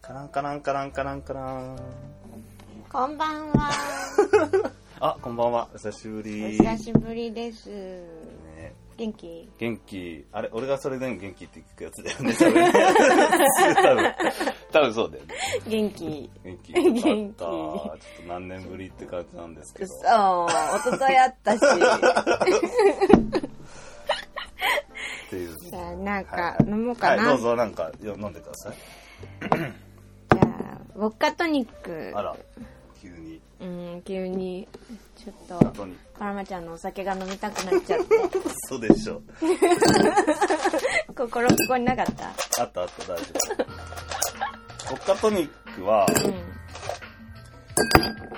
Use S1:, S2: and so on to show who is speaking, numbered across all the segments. S1: カランカランカランカランカラン。
S2: こんばんは。
S1: あ、こんばんは。久しぶ
S2: お
S1: り。
S2: 久しぶりです。
S1: ね
S2: 元気
S1: 元気。あれ、俺がそれでも元気って聞くやつだよね、多分。多分多分そうだよね。
S2: 元気。
S1: 元気。
S2: 元
S1: よ
S2: 気
S1: かった。ちょっと何年ぶりって感じなんですけ
S2: う
S1: ど
S2: そ。おとといあった し。
S1: っていう。
S2: じゃあ、なん
S1: は
S2: か
S1: い
S2: 飲もうかな。
S1: はい、どうぞ、なんか、よ飲んでください。
S2: じゃあ、ウォッカトニック
S1: あ。ら、急に。
S2: うん、急に、ちょっ
S1: 本
S2: と
S1: 当、に。
S2: パラマちゃんのお酒が飲みたくなっちゃって。
S1: そうでしょ。
S2: 心ここになかった
S1: あったあった、大丈夫。ポッカトニックは
S2: うん。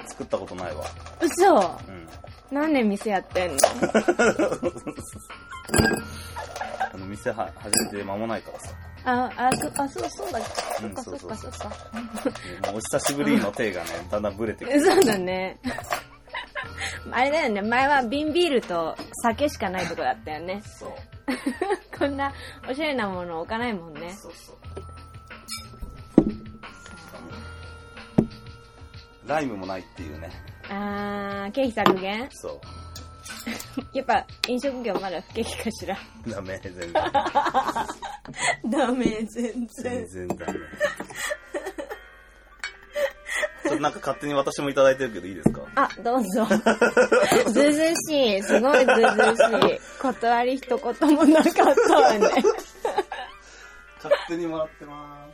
S1: 作ったことないわ。
S2: 嘘
S1: うん。
S2: 何年店やってんの
S1: あの店は始めて間もないからさ。
S2: あ、あ、そあ、そう、そうだっけ。そ
S1: うん
S2: っかそっかそ
S1: そうそう
S2: っか。
S1: もうお久しぶりの手がね、 だんだんブレてくる。
S2: そうだね。 あれだよね、前は瓶ビールと酒しかないとこだったよね。
S1: そう。
S2: こんなおしゃれなもの置かないもんね。
S1: そうそう。ライムもないっていうね。
S2: あー、経費削減
S1: そ
S2: やっぱ飲食業まだ不景気かしら。
S1: う。ダメ、全 然。
S2: ダメ、全
S1: 全。然ダメ。ちょっとなんか勝手に私もいただいてるけどいいですか
S2: あ、どうぞ。ずうずうしい。すごいずうずうしい。断り一言もなかったわ ね。
S1: 勝手にもらってま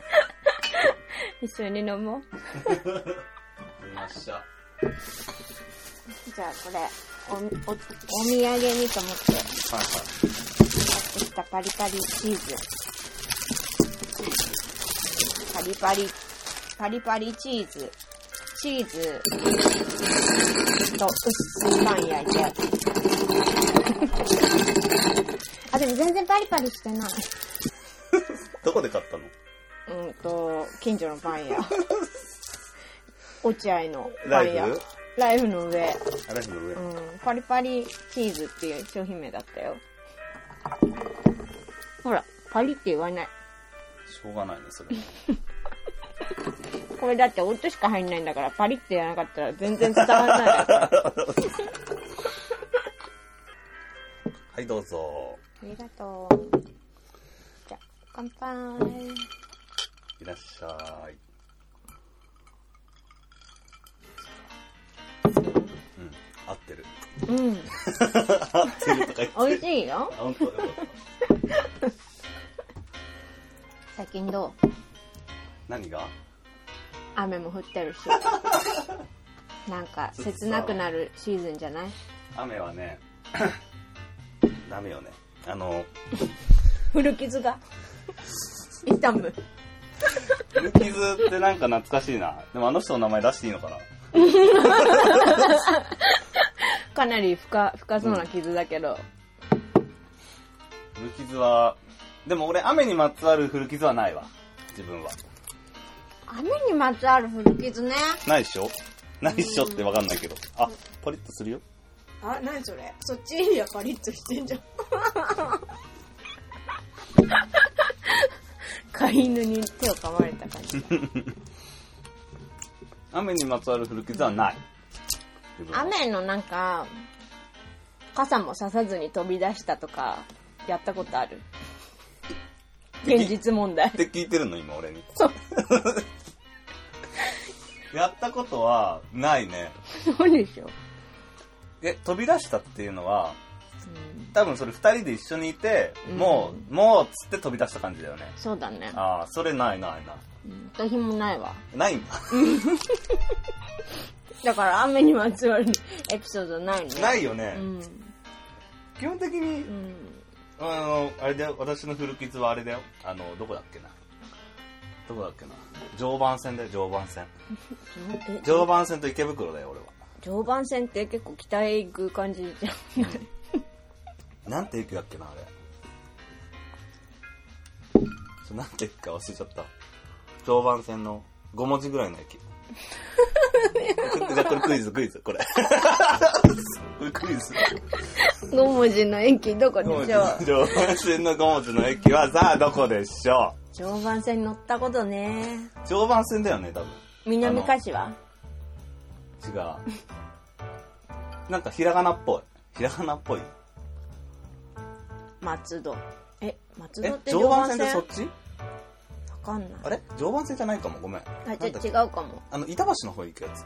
S2: 一緒に飲もう。
S1: ーす。よっしゃ。
S2: じゃあこれ、お、お、お土産にと思って買
S1: はい
S2: ってきたパリパリチーズ。パリパリ、パリパリチーズ。チーズと薄いパン焼いて。あ、でも全然パリパリしてな
S1: は
S2: い。
S1: い。どこで買ったの
S2: うんと、近所のパン屋。落合のパ
S1: ラ
S2: ン
S1: イ
S2: 屋
S1: フ。
S2: ライフの上。
S1: あライフの上。
S2: うん、パリパリチーズっていう商品名だったよ。ほら、パリって言わない。
S1: しょうがないね、それ。
S2: これだって音しか入んないんだから、パリって言わなかったら全然伝わらない。あ
S1: はい、どうぞ。
S2: りがとう。じゃあ、乾杯。
S1: いらっしゃい。うん、合ってる。
S2: うん、
S1: 合ってるとか言って。
S2: 美味しいよ
S1: あ。本当よかった
S2: 最近どう
S1: 何が
S2: 雨も降ってるし。 なんか、切なくなるシーズンじゃない
S1: 雨はね、 ダメよね。あの、
S2: 古傷が。痛む。
S1: 古傷ってなんか懐かしいな。でもあの人の名前出していいのかな
S2: かなり深、深そうな傷だけど。
S1: 古傷は、でも俺雨にまつわる古傷はないわ。自分は。
S2: 雨にまつわる古傷ね。
S1: ないっしょないっしょってわかんないけど。あ、ポリッとするよ。
S2: あ、なにそれそっちエリアパリッとしてん じゃん。飼い犬に手を噛まれた感じ。
S1: 雨にまつわる古傷はない。自分は
S2: 雨のなんか、傘もささずに飛び出したとか、やったことある。現実問題
S1: っ。て聞いてるの今俺に
S2: そう。
S1: やったことはないね
S2: そうでしょ。
S1: え飛び出したっていうのは
S2: うん、
S1: 多分それ2人で一緒にいて、
S2: うん
S1: もうもうっつって飛び出した感じだよね
S2: そうだね。
S1: ああそれないないな
S2: うん私もないわ。
S1: いないんだ
S2: だから雨にまつわるエピソードないね。。
S1: ないいよね、
S2: うん。
S1: 基本的に
S2: うん。
S1: あのあれだよ私の古傷はあれだよあのどこだっけなどこだっけな常磐線だよ常磐線
S2: え
S1: 常磐線と池袋だよ俺は
S2: 常磐線って結構北へ行く感じじゃん。
S1: なんて駅だっけなあれちょなんて駅か忘れちゃった常磐線の5文字ぐらいの駅じゃあこれクイズ、クイズ、これ。これクイズ。
S2: 5文字の駅どこでしょう
S1: 常磐線の5文字の駅はさあどこでしょ
S2: 常磐線乗ったことね
S1: う常磐線だよね、多分。
S2: 南柏
S1: 違う。なんかひらがなっぽい。ひらがなっぽい。
S2: 松戸え松
S1: え
S2: 戸っ、て
S1: 常
S2: 常
S1: 磐
S2: 磐
S1: 線っ
S2: 線
S1: てそっ
S2: わ
S1: ち
S2: かんない
S1: あれ常磐線じゃないかも、ごめん。
S2: あ
S1: なんだっけ
S2: じゃあ違うかも
S1: あの、板橋の方行くやつ。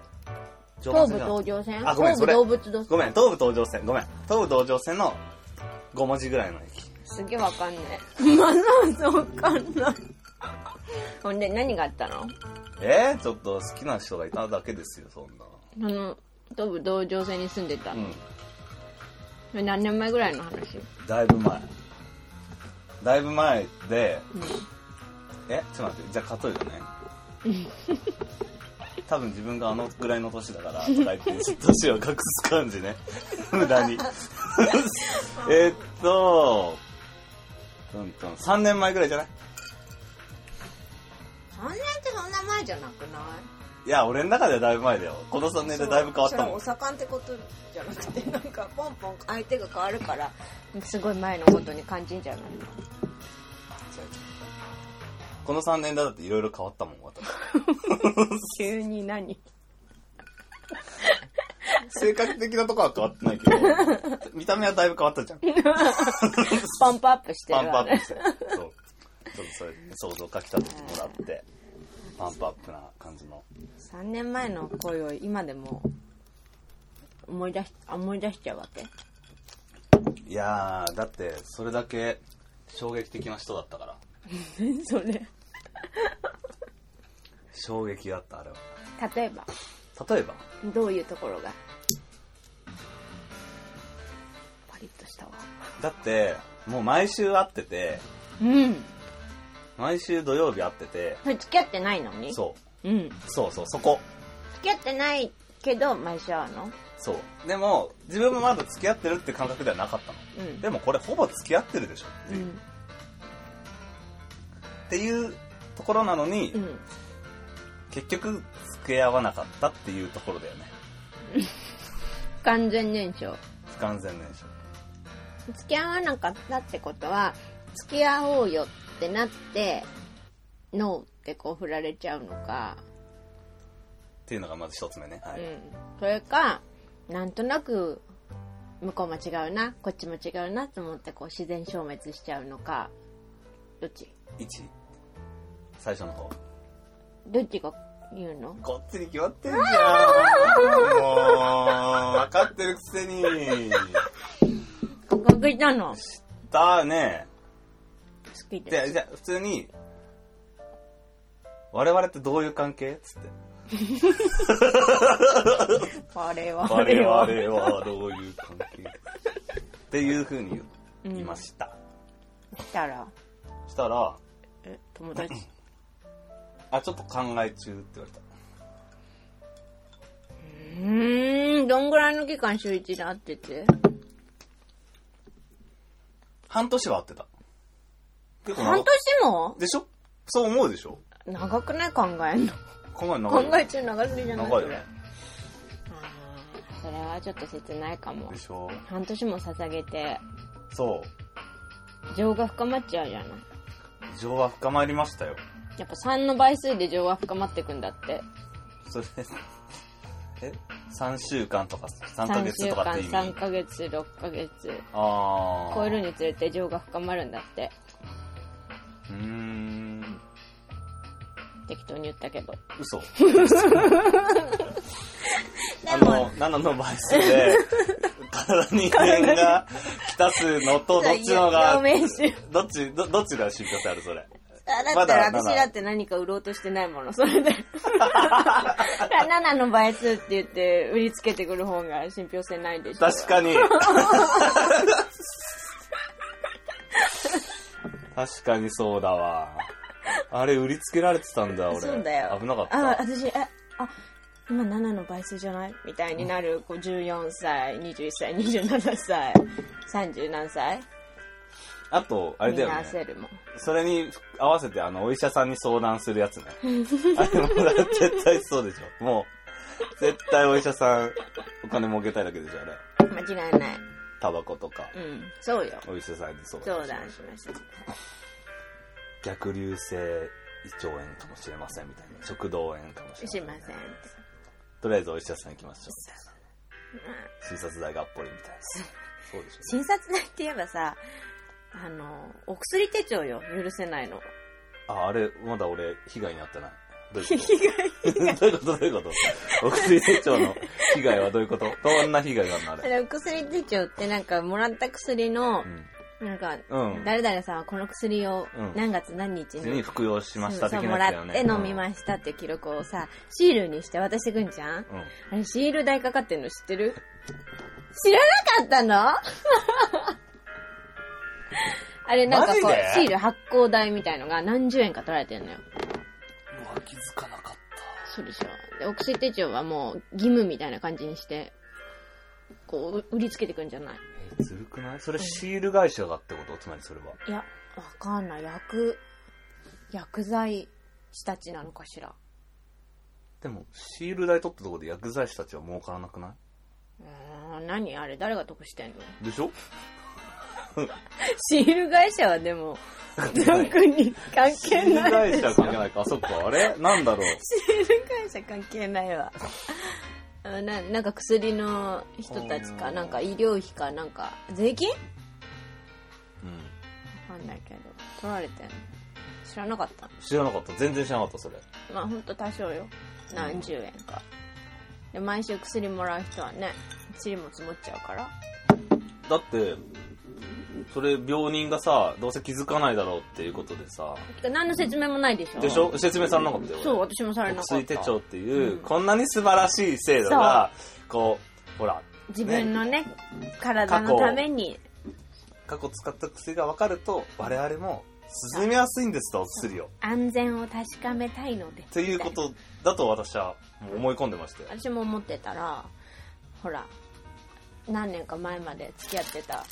S1: 常磐
S2: 東
S1: 線じゃ
S2: 武
S1: な
S2: 東
S1: い
S2: 上線
S1: あごめん
S2: 東
S1: そ
S2: 武
S1: れ
S2: 動物道
S1: ごめん、東武東上線。ごめん。東武東上線の5文字ぐらいの駅。
S2: すげえわかんね えまずわかんないほんで何があったの
S1: えー、ちょっと好きな人がいただけですよ、そんな。
S2: あの東武道上線に住んでた、
S1: うん。
S2: 何年前ぐらいの話
S1: だいぶ前。だいぶ前で、えちょっと待って、じゃあ、例えば ね。多分自分があのぐらいの年だから、とか言って、年を隠す感じね。 無駄 に。えっと、うんと、3年前ぐらいじゃない
S2: 3年ってそんな前じゃなくない
S1: いや、俺の中ではだいぶ前だよ。この3年でだいぶ変わったもん。
S2: それはお盛んってことじゃなくてなんかポンポン相手が変わるからすごい前のことに感じんじゃない
S1: この3年だっていろいろ変わったもん、 私。
S2: 急に何
S1: 性格的なとこは変わってないけど、見た目はだいぶ変わったじゃん。
S2: パンプアップしてる
S1: パンプア
S2: わ
S1: ップ
S2: ね
S1: して。そう。ちょっとそれ、想像かきたててもらって、パンプアップな感じの。
S2: 3年前の恋を今でも思い出し思い出しちゃうわけ
S1: いやー、だって、それだけ衝撃的な人だったから。
S2: それ
S1: 衝撃だった、あれは。
S2: 例えば
S1: 例えば、
S2: どういうところがパリッとしたわ
S1: だって、もう毎週会ってて、
S2: うん
S1: 毎週土曜日会ってて、
S2: 付き合ってないのに、
S1: そう
S2: うん、付
S1: う、そうそう、そこ。
S2: き合ってないけど毎週会うの
S1: そう。でも、自分もまだ付き合ってるって感覚ではなかったの。
S2: うん
S1: でもこれほぼ付き合ってるでしょ。
S2: うん
S1: っていうところなのに、
S2: うん
S1: 結局付き合わなかったっていうところだよね。
S2: 完全燃焼
S1: 不完全燃焼。
S2: 付き合わなかったってことは付き合おうよってなってノーってこう振られちゃうのか、
S1: っていうのがまず一つ目ね。は
S2: う
S1: い。
S2: ん、それかなんとなく向こうも違うなこっちも違うなと思ってこう自然消滅しちゃうのかどっち
S1: 一、最初の方。
S2: どっちが言うの
S1: こっちに決まってんじゃん。もう、分かってるくせに。
S2: 告白したの好
S1: だね。
S2: きで
S1: で、じゃあ普通に、我々ってどういう関係つって。
S2: あれは
S1: 我々はどういう関係っていうふうに言いました。
S2: したら
S1: したら、
S2: え友達
S1: あ、ちょっと考え中って言われた。
S2: うーんどんぐらいの期間週一で会ってて
S1: 半年は会ってた。結構長
S2: 半年も
S1: でしょそう思うでしょ
S2: 長くない考えんの
S1: 考え長
S2: 考
S1: いよ。
S2: え中長すぎじゃない
S1: 長いよ
S2: それ
S1: ね
S2: あ。ーそれはちょっと切ないかも
S1: でしょ
S2: 半年も捧げて
S1: そう。
S2: 情が深まっちゃうじゃない
S1: 情は深まりましたよ。
S2: やっぱ3の倍数で情は深まってくんだって
S1: それ、 え ?3 週間とか、3ヶ
S2: 3
S1: 月
S2: 週
S1: とか
S2: 間
S1: って意
S2: 3
S1: 味
S2: ヶ月6ヶ月
S1: あー。
S2: 超えるにつれて情が深まるんだって
S1: うーん。
S2: 適当に言ったけど
S1: 嘘。あ
S2: で
S1: の
S2: も、
S1: 7の倍数 で、体に点が来たすのと、どっちのが、
S2: 表明し
S1: どっち、どどっちが信憑性あるそれ。
S2: あだ
S1: ま
S2: った
S1: だ
S2: ら
S1: まだ
S2: 私だって何か売ろうとしてないもの、それで。7の倍数って言って売りつけてくる方が信憑性ないでしょ。
S1: 確か に。確かにそうだわ。あれ売りつけられてたんだ、俺。
S2: そうだよ。
S1: 危なかっ
S2: あ、
S1: た。
S2: 私、え、あ、今7の倍数じゃないみたいになる、こう14歳、21歳、27歳、30何歳
S1: あと、あれだ
S2: みん
S1: よ
S2: な
S1: ね。
S2: 焦るもん。
S1: それに合わせて、あの、お医者さんに相談するや つね。あれも絶対そうでしょ。もう、絶対お医者さん、お金儲けたいだけでしょ、あれ。
S2: 間違いない。
S1: タバコとか
S2: う、ん。そうよ。
S1: お医者さんに相
S2: 相
S1: 談しま
S2: 談
S1: し
S2: し
S1: ょう
S2: ました。
S1: 逆流性胃腸炎かもしれませんみたいな。食道炎かもしれませ
S2: し
S1: ん。
S2: ません。
S1: とりあえずお医者さん行きましょう。診察代がっぽりみたいです。そうでしょ、ね。
S2: 診察代って言えばさ、あの、お薬手帳よ。許せないの。
S1: あ、あれ、まだ俺、被害に遭ってない。どういう
S2: 被
S1: ことどうい
S2: 害。
S1: うことどういうことお薬手帳の被害はどういうことどんな被害があるのあ
S2: そ
S1: れ。
S2: れお薬手帳ってなんか、もらった薬の
S1: う、ん。
S2: なんか、
S1: うん。
S2: 誰々さんはこの薬を
S1: うん
S2: 何月何日に
S1: に服用しました
S2: そう
S1: 的
S2: そ
S1: な
S2: うも
S1: や
S2: ら
S1: つだよ
S2: っ
S1: ね。
S2: て飲みましたっていう記録をさ、シールにして渡してくんじゃん
S1: うん。うん
S2: あれ、シール代かかってんの知ってる知らなかったの あれ、なんかこ
S1: マジで
S2: う、シール発行代みたいのが何十円か取られてんのよ。
S1: うわ、気づかなかっ
S2: そうでしょ。で、お薬手帳はもう義務みたいな感じにして、こう、売りつけてくんじゃない
S1: た。えずるくないそれシール会社がってことつまりそれは。
S2: いや、わかんない。薬、薬剤師たちなのかしら。
S1: でも、シール代取ったところで薬剤師たちは儲からなくな
S2: うーん、何あれ、誰が得してんの
S1: いでしょ
S2: シール会社は でも、特に関
S1: シ
S2: 係
S1: ール
S2: ない
S1: 会
S2: でし
S1: 社
S2: ょ。
S1: は関係ないか。あ、そっか。あれなんだろう。
S2: シール会社関係ないわあななんか薬の人たちか
S1: うん
S2: なんか医療費かなんか税金わ
S1: うん。
S2: かんないけど取られてんの知らなかった
S1: 知らなかった。全然知らなかった、それ。
S2: まあほんと多少よ何十円かで毎週薬もらう人はね薬も積もっちゃうから
S1: だって、それ病人がさ、どうせ気づかないだろうっていうことでさ、
S2: てか何の説明もないでしょ
S1: でしょ説明されなかったよ。俺
S2: そう私もされなかった
S1: 薬手帳っていう、
S2: うん
S1: こんなに素晴らしい制度が、こう、ほら、
S2: 自分のね体のために
S1: 過去使った薬が分かると、我々も進めやすいんですと、お薬を。
S2: 安全を確かめたいので
S1: っていうことだと私はもう思い込んでま したよ。
S2: 私も思ってたらほら何年か前まで付き合ってた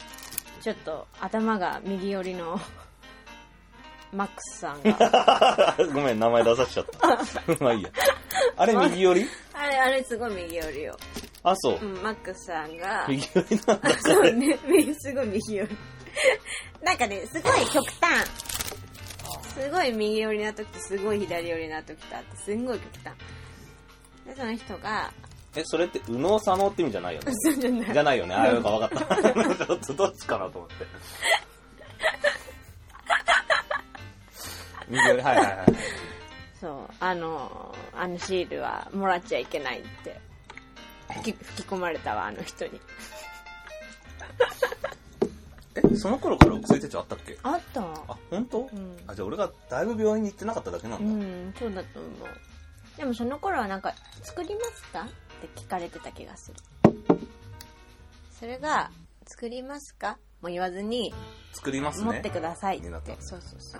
S2: ちょっと頭が右寄りの マックスさん が
S1: ごめん、名前出さしちゃ った。まあいいや。あれ、右寄り
S2: あれあれすごい右寄りよ、
S1: あ、そう
S2: う。ん、マックスさんが
S1: 右寄りなんだ。
S2: そうね右すごい右寄りなんかねすごい極端すごい右寄りな時とすごい左寄りな時とあってすんごい極端でその人が
S1: え、それって、右脳左脳って意味じゃないよね。
S2: そうじゃない
S1: じゃないよね。あ、よくわかった。ちょっとどっちかなと思って。右寄り、はいはいはい。
S2: そう、あの、あのシールはもらっちゃいけないって。吹き吹き込まれたわ、あの人に。
S1: え、その頃からお薬手帳あったっけ
S2: あった
S1: あ、本当？
S2: うん
S1: あ、じゃあ俺がだいぶ病院に行ってなかっただけな
S2: うん
S1: だ。
S2: ん、そうだと思う。でもその頃はなんか、作りますかって聞かれてた気がする。それが、作りますかも言わずに、
S1: 作りますね。
S2: 持ってくださいって。
S1: になった
S2: そうそうそう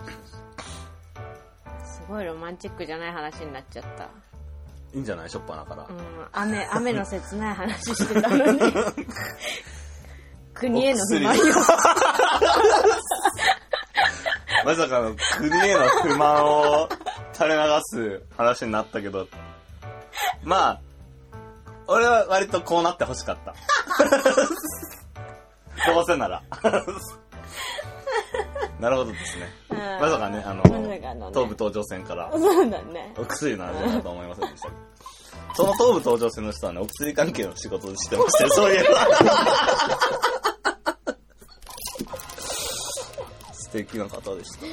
S2: そう。すごいロマンチックじゃない話になっちゃった。
S1: いいんじゃないしょっぱなから
S2: う。ん、 雨、雨の切ない話してたのに。 国への不満よ。
S1: まさかの国への不満を垂れ流す話になったけど、まあ、俺は割とこうなってほしかった。 どうせなら。 なるほどですね。
S2: うん
S1: まさかね、あの、
S2: まさかのね
S1: 東武東上線から
S2: そうだね。
S1: お薬の話だと思いませんでした。その東武東上線の人はね、お薬関係の仕事をしてまして、そうい えば。素敵な方でした。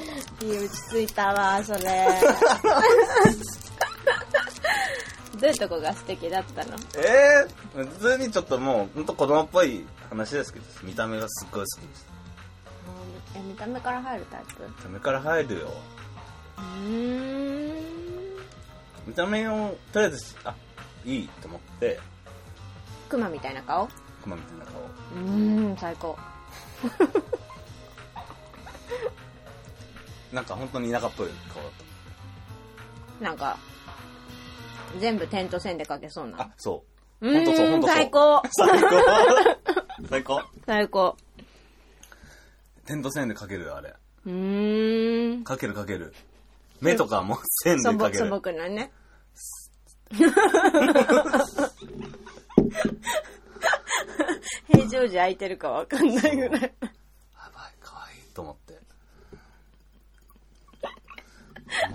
S2: いい落ち着いたわ、 それ。どういうとこが素敵だったの
S1: ええ普通にちょっともう、ほんと子供っぽい話ですけど、見た目がすっごい好きです。
S2: え見た目から入るタイプう
S1: 見た目から入るよ。
S2: ーん。
S1: 見た目を、とりあえず、あ、いいと思って、
S2: クマみたいな顔う
S1: 熊みたいな顔。
S2: ーん、最高。
S1: なんか本当に田舎っぽい顔だっ
S2: なんか、全部点と線で描けそう
S1: た。
S2: な
S1: あ。、そう。
S2: う
S1: ほんとそう
S2: ー
S1: ほん
S2: ん、
S1: とそう
S2: 最高。
S1: 最高最高
S2: 最高。
S1: 点と線でかけるよあれ
S2: うーん。
S1: かけるかける目とかも線
S2: 素
S1: でか
S2: 朴、
S1: け
S2: 素
S1: る
S2: 朴 なね。平常時空いてるかわかんないぐ
S1: や
S2: らい。
S1: ばいかわいいと思ってこ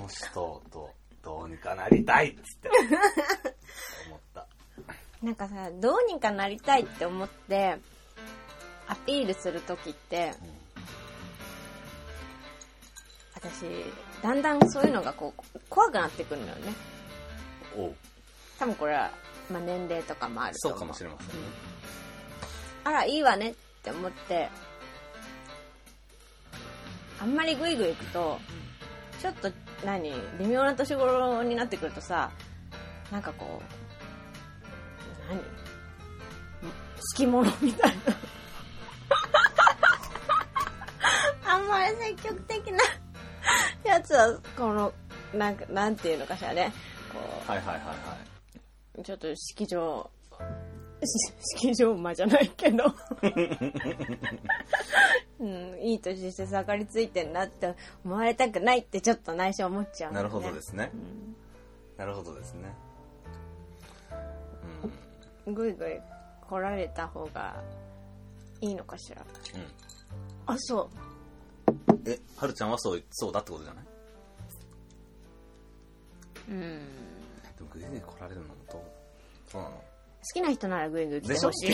S1: の人とどうにかなりたいっつって思った
S2: なんかさ、どうにかなりたいって思って、アピールするときって、私、だんだんそういうのがこう、怖くなってくるのよね。
S1: おう
S2: 多分これは、まあ、年齢とかもあると
S1: そう
S2: 思う。
S1: かもしれませんね
S2: あら、いいわねって思って、あんまりグイグイ行くと、ちょっと何、微妙な年頃になってくるとさ、なんかこう、何好き者みたい な。あんまり積極的なやつは、この、なんか、なんていうのかしらね。こう、
S1: はいはいはいは
S2: ちょっと式場、 し式場馬じゃないけど、 うん、いい年して盛りついてんなって思われたくないってちょっと内緒思っちゃう
S1: い
S2: ん
S1: な
S2: だよ
S1: る
S2: ね、
S1: ほどですね
S2: うん
S1: なるほどですね
S2: ぐいぐい来られた方がいいのかしら。
S1: うんうん
S2: あ、そう。
S1: えはるちゃんはそうそうだってことじゃない
S2: うん。
S1: でもグイグイ来られるのもどうそうなの
S2: 好きな人ならぐいぐい来
S1: で
S2: て
S1: しょ
S2: ほしい。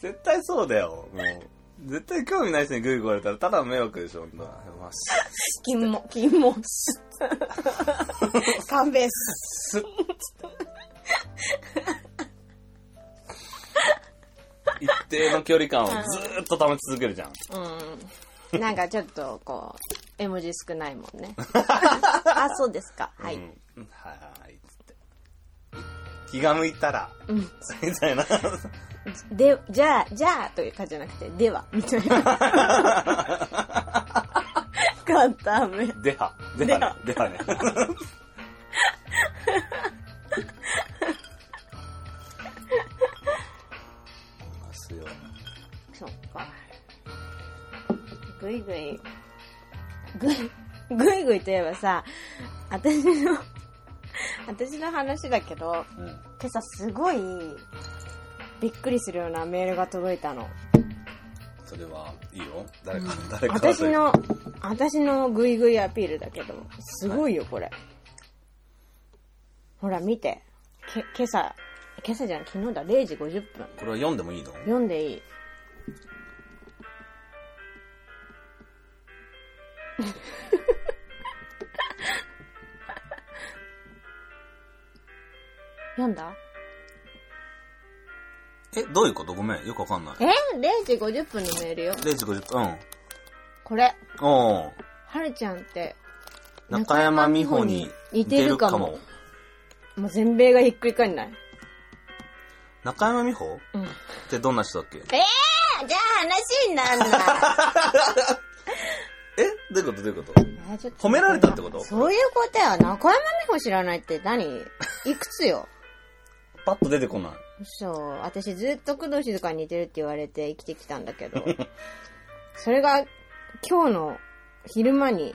S1: 絶対そうだよもう絶対興味ない人にグイグイ来られたらただの迷惑でしょほんとはまあス
S2: 金も、金も、 す勘弁す。
S1: スッつって一定の距離感をずーっと保ち続けるじゃん
S2: うん。なんかちょっと、こう、絵文字少ないも んね。あ、そうですか。はい。
S1: うんはーいっつって気が向いたら、
S2: うん
S1: みたいな
S2: で、じゃあ、じゃあという感じじゃなくて、では、みたい な。簡単め。
S1: ではではねではねいますよ
S2: そっか。ぐいぐい、ぐい、ぐいぐいといえばさ、私の、私の話だけど、
S1: うん
S2: 今朝すごい、びっくりするようなメールが届いたの。
S1: それはいいよ誰か、誰か
S2: 私の、私のぐいぐいアピールだけど、すごいよ、これ。ほら、見て。け、今朝、今朝じゃん、昨日だ、0時50分。
S1: これは読んでもいいの
S2: 読んでいい。読んだ
S1: えどういうことごめんよくわかんない
S2: え ?0 時50分のメールよ。
S1: 0時50分
S2: これ、
S1: うんおー
S2: はるちゃんって、
S1: 中山美穂に似てるかも
S2: もう全米がひっくり返んない。
S1: 中山美穂
S2: うん。
S1: ってどんな人だっけ
S2: ええじゃあ話になんな
S1: えどういうことどういうこと
S2: い。ちょっ
S1: 褒められたってこと
S2: そういうことや。中山美穂知らないって何いくつよ。
S1: パッと出てこない
S2: そう。私ずっと工藤静香に似てるって言われて生きてきたんだけ ど。それが今日の昼間に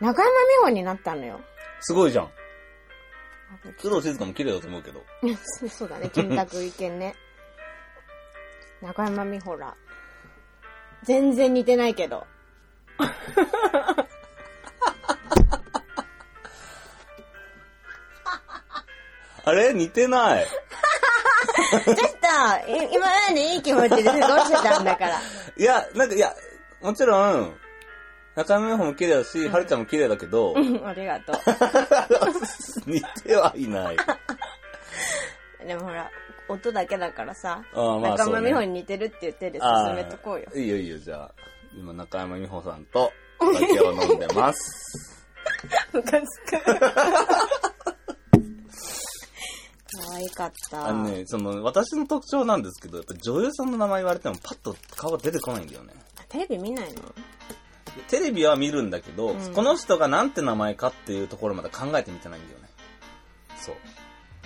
S2: 中山美穂になったのよ。
S1: すごいじゃん工藤静香も綺麗だと思うけど
S2: そうだね。金卓意見ね。中山美穂ら。全然似てない けど。
S1: あれ似てない
S2: ちょっと、い今までいい気持ちで過ごしてたんだ から。
S1: いやなんかいやもちろん中山美穂も綺麗だし、はるちゃんも綺麗だけど、
S2: うんありがとう。
S1: 似てはいない。
S2: でもほら、音だけだからさ、
S1: あーまあ
S2: 中
S1: そ
S2: 間
S1: う
S2: 美
S1: ね
S2: 穂に似てるって言ってで
S1: あ
S2: 進
S1: ー
S2: めと こうよ。
S1: いいよいいよ、じゃあ。今、中山美穂さんと、お酒を飲んでます。
S2: ムカつく。可愛かった。
S1: あのね、その、私の特徴なんですけど、やっぱ女優さんの名前言われてもパッと顔が出てこないんだよね。
S2: テレビ見ないの
S1: テレビは見るんだけど、
S2: うん
S1: この人がなんて名前かっていうところまで考えてみてないんだよね。そう。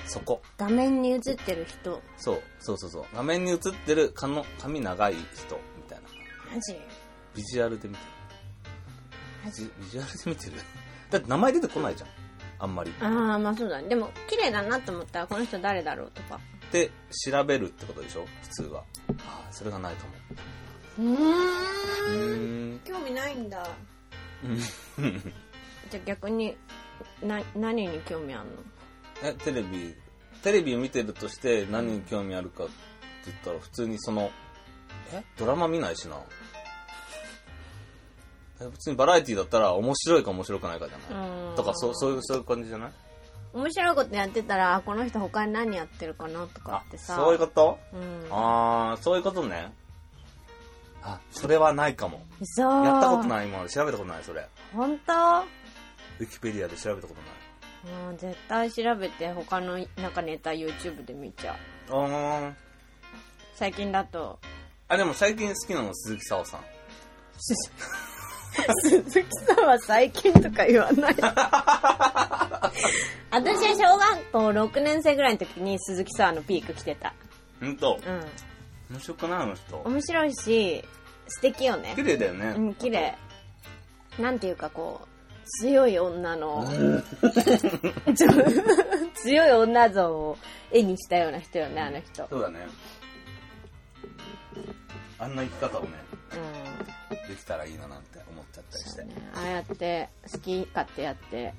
S1: そこ。
S2: 画面に映ってる人。
S1: そう。そうそうそう。画面に映ってる、かの、髪長い人、みたいな。
S2: マジ
S1: ビジュアルで見て
S2: マ
S1: る
S2: ジ
S1: ビビジュアルで見てる だって名前出てこないじゃんあんまり
S2: ああまあそうだねでも綺麗だなと思ったらこの人誰だろうとか
S1: で調べるってことでしょ普通はあーそれがないと思
S2: うー
S1: うんうん
S2: 興味ないんだ
S1: うん
S2: じゃあ逆にな何に興味あんの
S1: えテレビテレビを見てるとして何に興味あるかって言ったら普通にそのえドラマ見ないしなえ普通にバラエティだったら面白いか面白くないかじゃない
S2: うん
S1: とかそうそういうそういう感じじゃない
S2: 面白いことやってたらあこの人他に何やってるかなとかってさ
S1: そういうこと
S2: と、うん、
S1: ああそういうことねあそれはないかも
S2: そう
S1: やったこと
S2: い
S1: ない今まで調べたことないそれ
S2: 本当
S1: ウィキペディアで調べたことない
S2: もう絶対調べて他のなんかネタ YouTube で見ちゃう
S1: あー
S2: 最近だと
S1: あでも最近好きなの鈴木沙央さん
S2: 鈴木さんは最近とか言わない 私は小学校6年生ぐらいの時に鈴木さんのピーク来てた
S1: ほんと
S2: うん
S1: 面白くないあの人
S2: 面白いし素敵よね
S1: 綺麗だよね
S2: うん綺麗なんていうかこう強い女の ちょ強い女像を絵にしたような人よねあの人うん
S1: そうだねあんな生き方をねできたらいいななんて思っちゃったりして
S2: そうねああやって好き勝手やって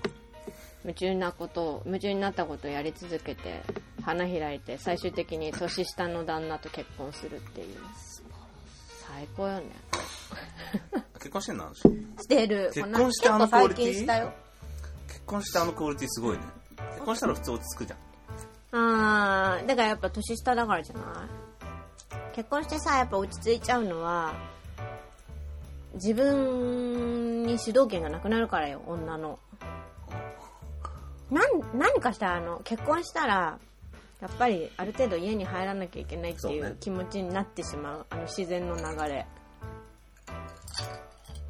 S2: 夢中なことを夢中になったことをやり続けて花開いて最終的に年下の旦那と結婚するっていう最高よね
S1: 結婚してんのあの人
S2: してる
S1: 結婚してあのク
S2: こ
S1: オ
S2: んな
S1: リ
S2: 結
S1: ティ
S2: 構最近したよ
S1: 結婚してあのクオリティすごいね結婚したら普通落ち着くじゃん
S2: あーだからやっぱ年下だからじゃない結婚してさやっぱ落ち着いちゃうのは自分に主導権がなくなるからよ女のなん何かしたらあの結婚したらやっぱりある程度家に入らなきゃいけないってい
S1: そう
S2: う
S1: ね
S2: 気持ちになってしまうあの自然の流れ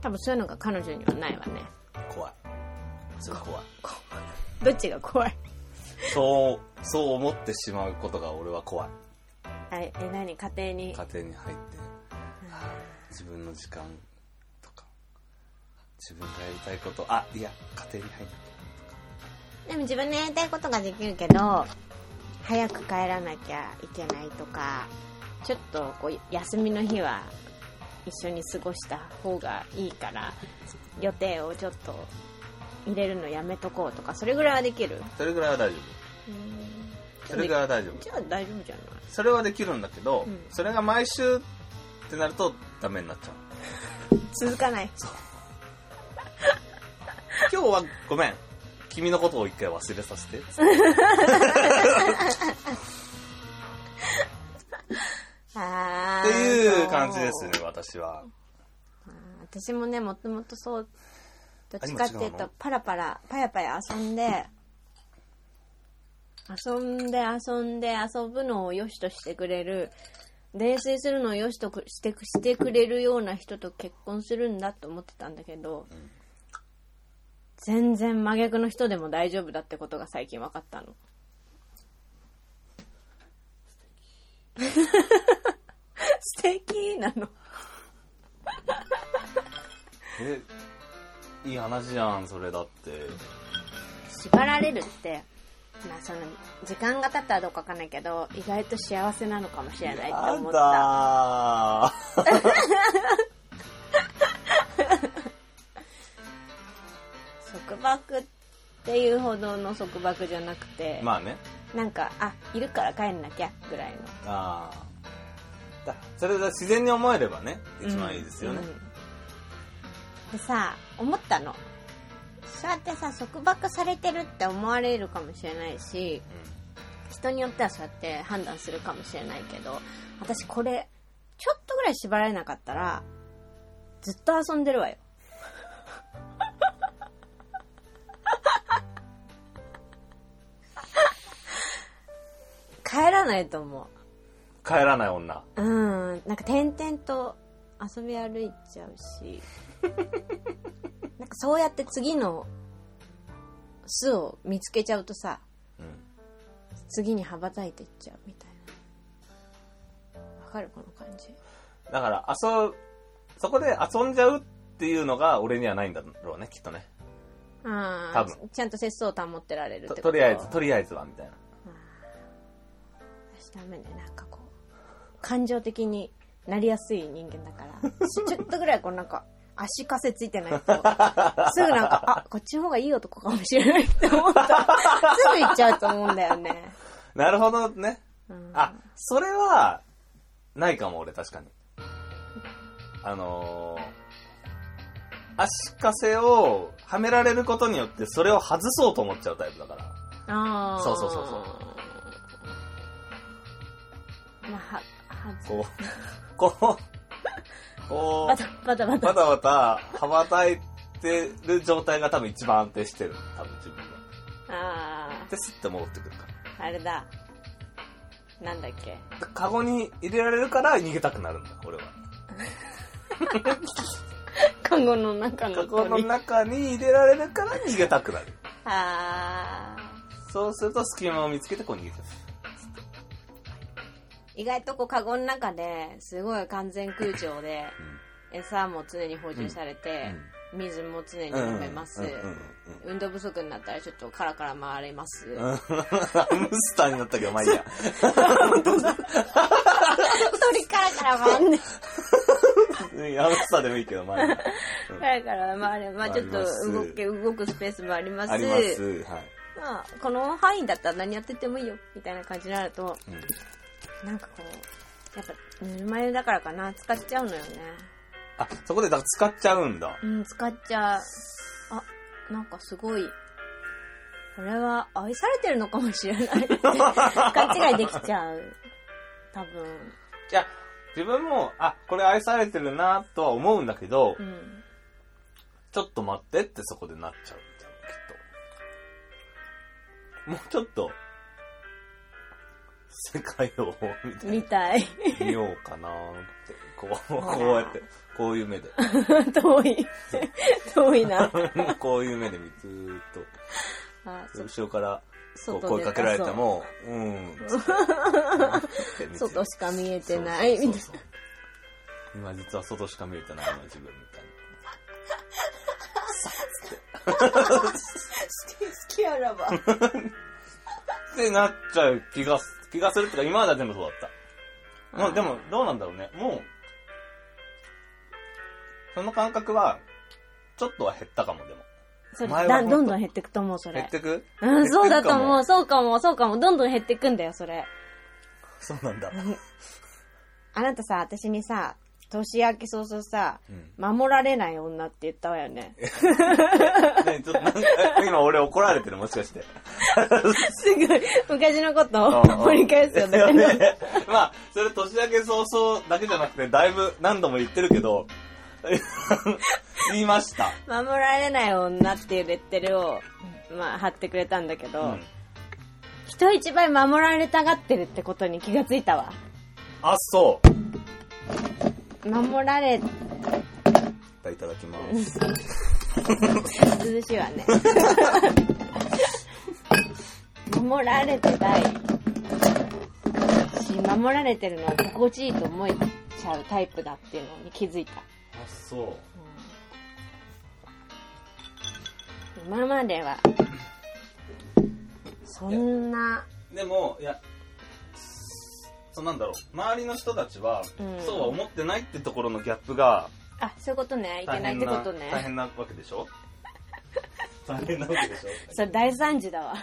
S2: 多分そういうのが彼女にはないわね
S1: 怖いそれ怖い
S2: どっちが怖い
S1: そうそう思ってしまうことが俺は怖い
S2: ええ何家庭に
S1: 家庭に入って自分の時間とか自分がやりたいことあいや家庭に入んなき
S2: でも自分のやりたいことができるけど早く帰らなきゃいけないとかちょっとこう休みの日は一緒に過ごした方がいいから予定をちょっと入れるのやめとこうとかそれぐらいはできる
S1: ゃそれぐらいは大丈夫それぐらいは大丈夫
S2: じゃあ大丈夫じゃない
S1: それはできるんだけど、
S2: うん
S1: それが毎週ってなるとダメになっちゃう
S2: 続かない
S1: 今日はごめん君のことを一回忘れさせて
S2: あ
S1: って
S2: ー
S1: いう感じですね
S2: そう
S1: 私は
S2: あー私もねもともとそうどっち
S1: 今
S2: かっていう
S1: 違う
S2: と
S1: の
S2: パラパラパヤパヤ遊んで遊んで遊んで遊ぶのを良しとしてくれる泥酔するのを良しとくしてくしてくれるような人と結婚するんだと思ってたんだけど、
S1: ん
S2: 全然真逆の人でも大丈夫だってことが最近分かったの。 素敵なの。
S1: えいい話じゃんそれだって
S2: 縛られるって、まあその、時間が経ったらどうかわかんないけど、意外と幸せなのかもしれないって思った。
S1: だー
S2: 束縛っていうほどの束縛じゃなくて、
S1: まあね
S2: なんか、あ、いるから帰んなきゃ、ぐらいの。
S1: ああだそれが自然に思えればね一番いいですよね、
S2: うんでさ、思ったの。そうやってさ、束縛されてるって思われるかもしれないし、人によってはそうやって判断するかもしれないけど私これちょっとぐらい縛られなかったらずっと遊んでるわよ 帰らないと思
S1: 帰らない女
S2: ううんなんか点々と遊び歩いちゃうしなんかそうやって次の巣を見つけちゃうとさ
S1: うん
S2: 次に羽ばたいていっちゃうみたいなわかるこの感じ
S1: だから遊そこで遊んじゃうっていうのが俺にはないんだろうね、きっとね。
S2: あ
S1: 多
S2: あ
S1: 分
S2: ちゃんと節操を保ってられるっ
S1: と
S2: てこと
S1: りあえず、
S2: あ
S1: とりあえずは、みたいな。
S2: ー私ダメねなんかこう感情的になりやすい人間だからし ちょっとぐらいこうなんか足かせついてないとすぐなんかあこっちの方がいい男かもしれないって思った らすぐ行っちゃうと思うんだよね、
S1: なるほどね。
S2: うん、
S1: あ、それは、ないかも、俺、確かに。あのー、足かせをはめられることによって、それを外そうと思っちゃうタイプだから。
S2: あー
S1: そうそうそうそう
S2: まあははず
S1: こう、こう、こ
S2: バタバタバ
S1: う、バ
S2: タ
S1: タバタ羽ばたいてる状態が多分一番安定してる。多分自分が。
S2: あ
S1: で、スッて戻ってくるか
S2: ああれだなんだっけ
S1: ら。でカゴに入れられるから逃げたくなるんだ、俺は。
S2: 看護の中の
S1: カ
S2: 鳥
S1: ゴの中に入れられるから逃げたくなる。
S2: ああ
S1: そうすると隙間を見つけてこう逃げてる。
S2: 意外とこうカゴの中ですごい完全空調で餌も常に補充されて、水も常に飲めます、
S1: うんうんうんうん
S2: 運動不足になったらちょっとカラカラ回れます、
S1: うんハムスターになったけど、まあいい や。
S2: 鳥カラカラ回んね
S1: うんハムスターでもいいけど、まあいいや。うん
S2: カラカラ回れまあちょっと
S1: あります
S2: 動け動くスペースもあります
S1: あります。はい。
S2: まあこの範囲だったら何やっててもいいよみたいな感じになると
S1: うん
S2: なんかこうやっぱぬるま湯だからかな使っちゃうのよね
S1: あ、そこでだから使っちゃうんだ。
S2: うん、使っちゃう。あ、なんかすごい。これは愛されてるのかもしれ ないって勘違いできちゃう。多分。
S1: じゃあ、自分も、あ、これ愛されてるなとは思うんだけど、
S2: うん。
S1: ちょっと待ってってそこでなっちゃうんだよ、きっと。もうちょっと、世界を、みたい
S2: みたい。
S1: な、見ようかなって、こう、
S2: ほら
S1: こうやって、こういう目で、
S2: 遠い。 遠いな。
S1: こういう目で見ずーっ
S2: あ
S1: と、後ろから、こう
S2: 外
S1: 声
S2: で
S1: かけられても、うん、つって
S2: あ
S1: 見て
S2: そう外しか見えてない。みたい
S1: そうそうそうそう今実は外しか見えてないの自分みたい
S2: な好きやらば。
S1: な。ってなっちゃう気がす、気がするってか、今までは全部そうだった。まあでも、どうなんだろうね。もう、その感覚は、ちょっとは減ったかも、でも。
S2: それ
S1: 前は
S2: だ
S1: 本当
S2: どんどん減ってくと思う、そ
S1: 減
S2: れ
S1: っ。てく
S2: うん、そうだと思
S1: 減
S2: う。そうかも、そうかも。どんどん減ってくんだよ、それ。
S1: そうなんだ。
S2: あなたさ、私にさ、年明け早々さ、
S1: うん
S2: 守られない女って言ったわよね。
S1: ねちょっとなんか今俺怒られてる、もしかして。
S2: すぐ、昔の ことを
S1: うんうん
S2: 掘り返すよね。
S1: まあ、それ年明け早々だけじゃなくて、だいぶ何度も言ってるけど、 言いました。
S2: 守られない女っていうレッテルを、まあ、貼ってくれたんだけど、
S1: うん
S2: 人一倍守られたがってるってことに気がついたわ。
S1: あ、そう。じ
S2: 守られ、
S1: ゃあいただきます。
S2: 涼しいわ ね。守られてないし、守られてるのは心地いいと思えちゃうタイプだっていうのに気づいた。
S1: あ、そう。
S2: 今まではそんな
S1: でもいやそうなんだろう周りの人たちは、
S2: うん
S1: そうは思ってないってところのギャップが
S2: あそういうことねいけ
S1: 大
S2: ない
S1: 変
S2: って
S1: な
S2: こと
S1: 大
S2: ね
S1: 変なわけでしょ大変なわけでしょ
S2: それ大惨事だわ